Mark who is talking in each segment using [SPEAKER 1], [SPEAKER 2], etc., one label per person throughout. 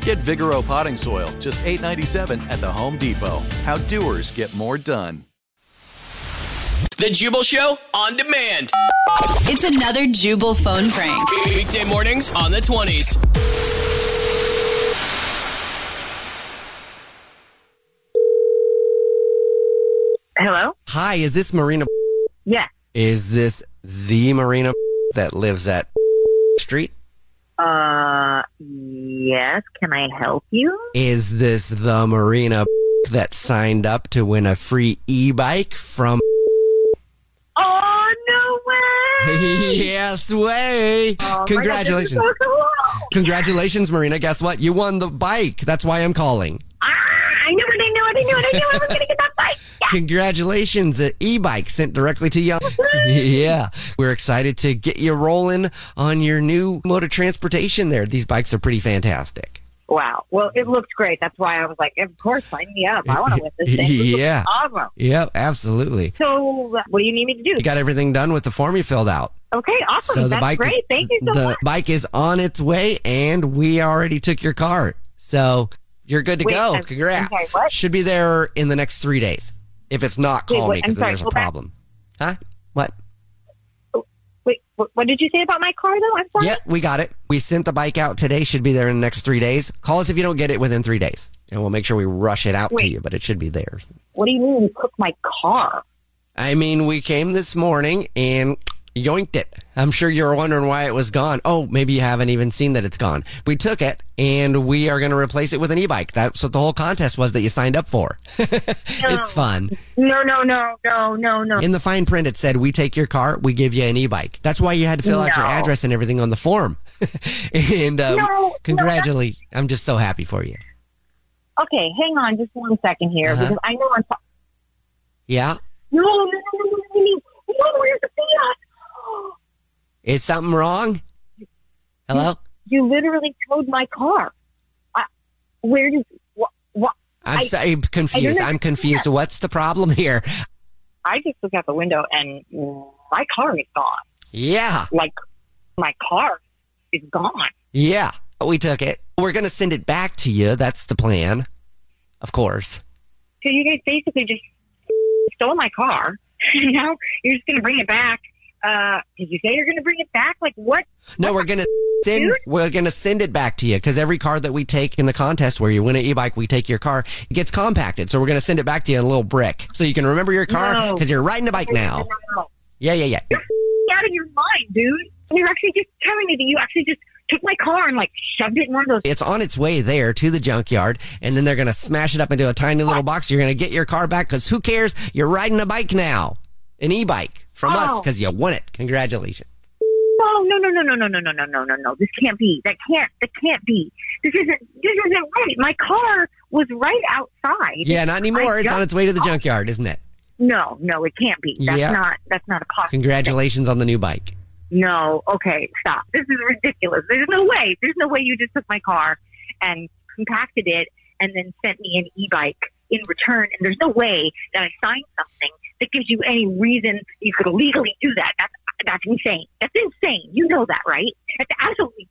[SPEAKER 1] Get Vigoro potting soil, just $8.97 at the Home Depot. How doers get more done.
[SPEAKER 2] The Jubal Show on demand.
[SPEAKER 3] It's another Jubal phone prank.
[SPEAKER 2] Weekday mornings on the 20s.
[SPEAKER 4] Hello?
[SPEAKER 5] Hi, is this Marina?
[SPEAKER 4] Yes.
[SPEAKER 5] Is this the Marina that lives at Street?
[SPEAKER 4] Uh, yes. Can I help you?
[SPEAKER 5] Is this the Marina that signed up to win a free e bike from?
[SPEAKER 4] Oh, no way.
[SPEAKER 5] yes, way!
[SPEAKER 4] Oh, my God, this is
[SPEAKER 5] Congratulations.
[SPEAKER 4] so cool.
[SPEAKER 5] Congratulations, Marina. Guess what? You won the bike. That's why I'm calling.
[SPEAKER 4] Ah, I knew it. I knew it. I knew it. I knew I was going to get that bike. Yeah.
[SPEAKER 5] Congratulations, an e bike sent directly to you. yeah. We're excited to get you rolling on your new mode of transportation there. These bikes are pretty fantastic.
[SPEAKER 4] Wow. Well, it looked great. That's why I was like, of course, sign me up. I want to win this thing. This looks
[SPEAKER 5] Yeah.
[SPEAKER 4] Awesome.
[SPEAKER 5] Yep, absolutely.
[SPEAKER 4] So, what do you need me to do?
[SPEAKER 5] You got everything done with the form you filled out.
[SPEAKER 4] Okay, awesome.
[SPEAKER 5] So the
[SPEAKER 4] That's
[SPEAKER 5] bike,
[SPEAKER 4] great. Thank you so
[SPEAKER 5] the
[SPEAKER 4] much.
[SPEAKER 5] bike is on its way, and we already took your car, so you're good to
[SPEAKER 4] Wait,
[SPEAKER 5] go.
[SPEAKER 4] I'm-
[SPEAKER 5] Congrats!
[SPEAKER 4] I'm sorry, what?
[SPEAKER 5] Should be there in the next three days. If it's not,
[SPEAKER 4] Wait,
[SPEAKER 5] call
[SPEAKER 4] what?
[SPEAKER 5] me
[SPEAKER 4] I'm
[SPEAKER 5] because
[SPEAKER 4] sorry,
[SPEAKER 5] there's a
[SPEAKER 4] go back.
[SPEAKER 5] problem. Huh? What?
[SPEAKER 4] Wait, what, what did you say about my car, though? I'm sorry.
[SPEAKER 5] Yep, we got it. We sent the bike out today. Should be there in the next three days. Call us if you don't get it within three days, and we'll make sure we rush it out to
[SPEAKER 4] Wait.
[SPEAKER 5] you. But it should be there.
[SPEAKER 4] What do you mean you took my car?
[SPEAKER 5] I mean, we came this morning and yoinked it. I'm sure you're wondering why it was gone. Oh, maybe you haven't even seen that it's gone. We took it and we are going to replace it with an e-bike. That's what the whole contest was that you signed up for. it's fun.
[SPEAKER 4] No, no, no, no, no, no.
[SPEAKER 5] In the fine print, it said, we take your car, we give you an e-bike. That's why you had to fill out your
[SPEAKER 4] No.
[SPEAKER 5] address and everything on the form. and um,
[SPEAKER 4] No, no,
[SPEAKER 5] congratulate. I'm just so happy for you.
[SPEAKER 4] Okay, hang on just one second here
[SPEAKER 5] Uh-huh.
[SPEAKER 4] because I know I'm.
[SPEAKER 5] Yeah.
[SPEAKER 4] No, no, no, no, no, no, no, no, where's the Fiat?
[SPEAKER 5] Is something wrong? Hello?
[SPEAKER 4] You literally towed my car. I, where did? What? What?
[SPEAKER 5] I'm
[SPEAKER 4] I-
[SPEAKER 5] sorry, confused. I'm
[SPEAKER 4] understand.
[SPEAKER 5] confused. What's the problem here?
[SPEAKER 4] I just looked out the window and my car is gone.
[SPEAKER 5] Yeah.
[SPEAKER 4] Like my car is gone.
[SPEAKER 5] Yeah, we took it. We're going to send it back to you. That's the plan. Of course.
[SPEAKER 4] So you guys basically just stole my car, and now you're just gonna bring it back. Uh, did you say you're gonna bring it back? Like what?
[SPEAKER 5] No, we're going to send
[SPEAKER 4] Dude.
[SPEAKER 5] we're going to send it back to you cuz every car that we take in the contest where you win an e-bike, we take your car. It gets compacted. So we're going to send it back to you in a little brick so you can remember your car
[SPEAKER 4] No.
[SPEAKER 5] cuz you're riding a bike now. Yeah, yeah, yeah.
[SPEAKER 4] out of your mind, dude. You're actually just telling me that you actually just took my car and like shoved it in one of those.
[SPEAKER 5] It's on its way there to the junkyard and then they're going to smash it up into a tiny little box. You're going to get your car back cuz who cares? You're riding a bike now. An e-bike from us
[SPEAKER 4] Oh.
[SPEAKER 5] cuz you won it. Congratulations.
[SPEAKER 4] No, Oh, no, no, no, no, no, no, no, no, no, no, no. This can't be. That can't. That can't be. This isn't. This isn't right. My car was right outside.
[SPEAKER 5] Yeah, not anymore. It's
[SPEAKER 4] got-
[SPEAKER 5] on its way to the junkyard, isn't it?
[SPEAKER 4] No, no, it can't be. That's
[SPEAKER 5] Yeah.
[SPEAKER 4] not. That's not a possible.
[SPEAKER 5] Congratulations on the new bike.
[SPEAKER 4] No. Okay. Stop. This is ridiculous. There's no way. There's no way you just took my car and compacted it and then sent me an e-bike in return. And there's no way that I signed something that gives you any reason you could legally do that. That's that's insane. That's insane. You know that, right? That's absolutely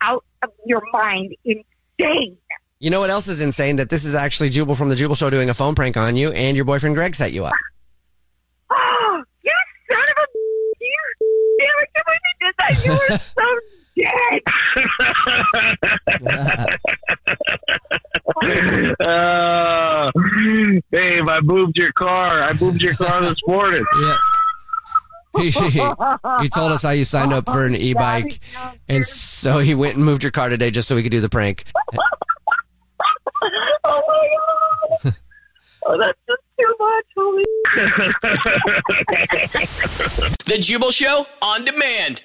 [SPEAKER 4] out of your mind, insane.
[SPEAKER 5] You know what else is insane? That this is actually Jubal from the Jubal Show doing a phone prank on you, and your boyfriend Greg set you up.
[SPEAKER 4] Oh, you son of a you damn it! You wouldn't have did that. You were so dead.
[SPEAKER 6] Uh, babe, I moved your car. I moved your car this morning.
[SPEAKER 5] Yeah. you told us how you signed up for an e-bike, and so he went and moved your car today just so we could do the prank.
[SPEAKER 4] Oh my god! Oh, that's just too much. Holy
[SPEAKER 2] The Jubal Show on demand.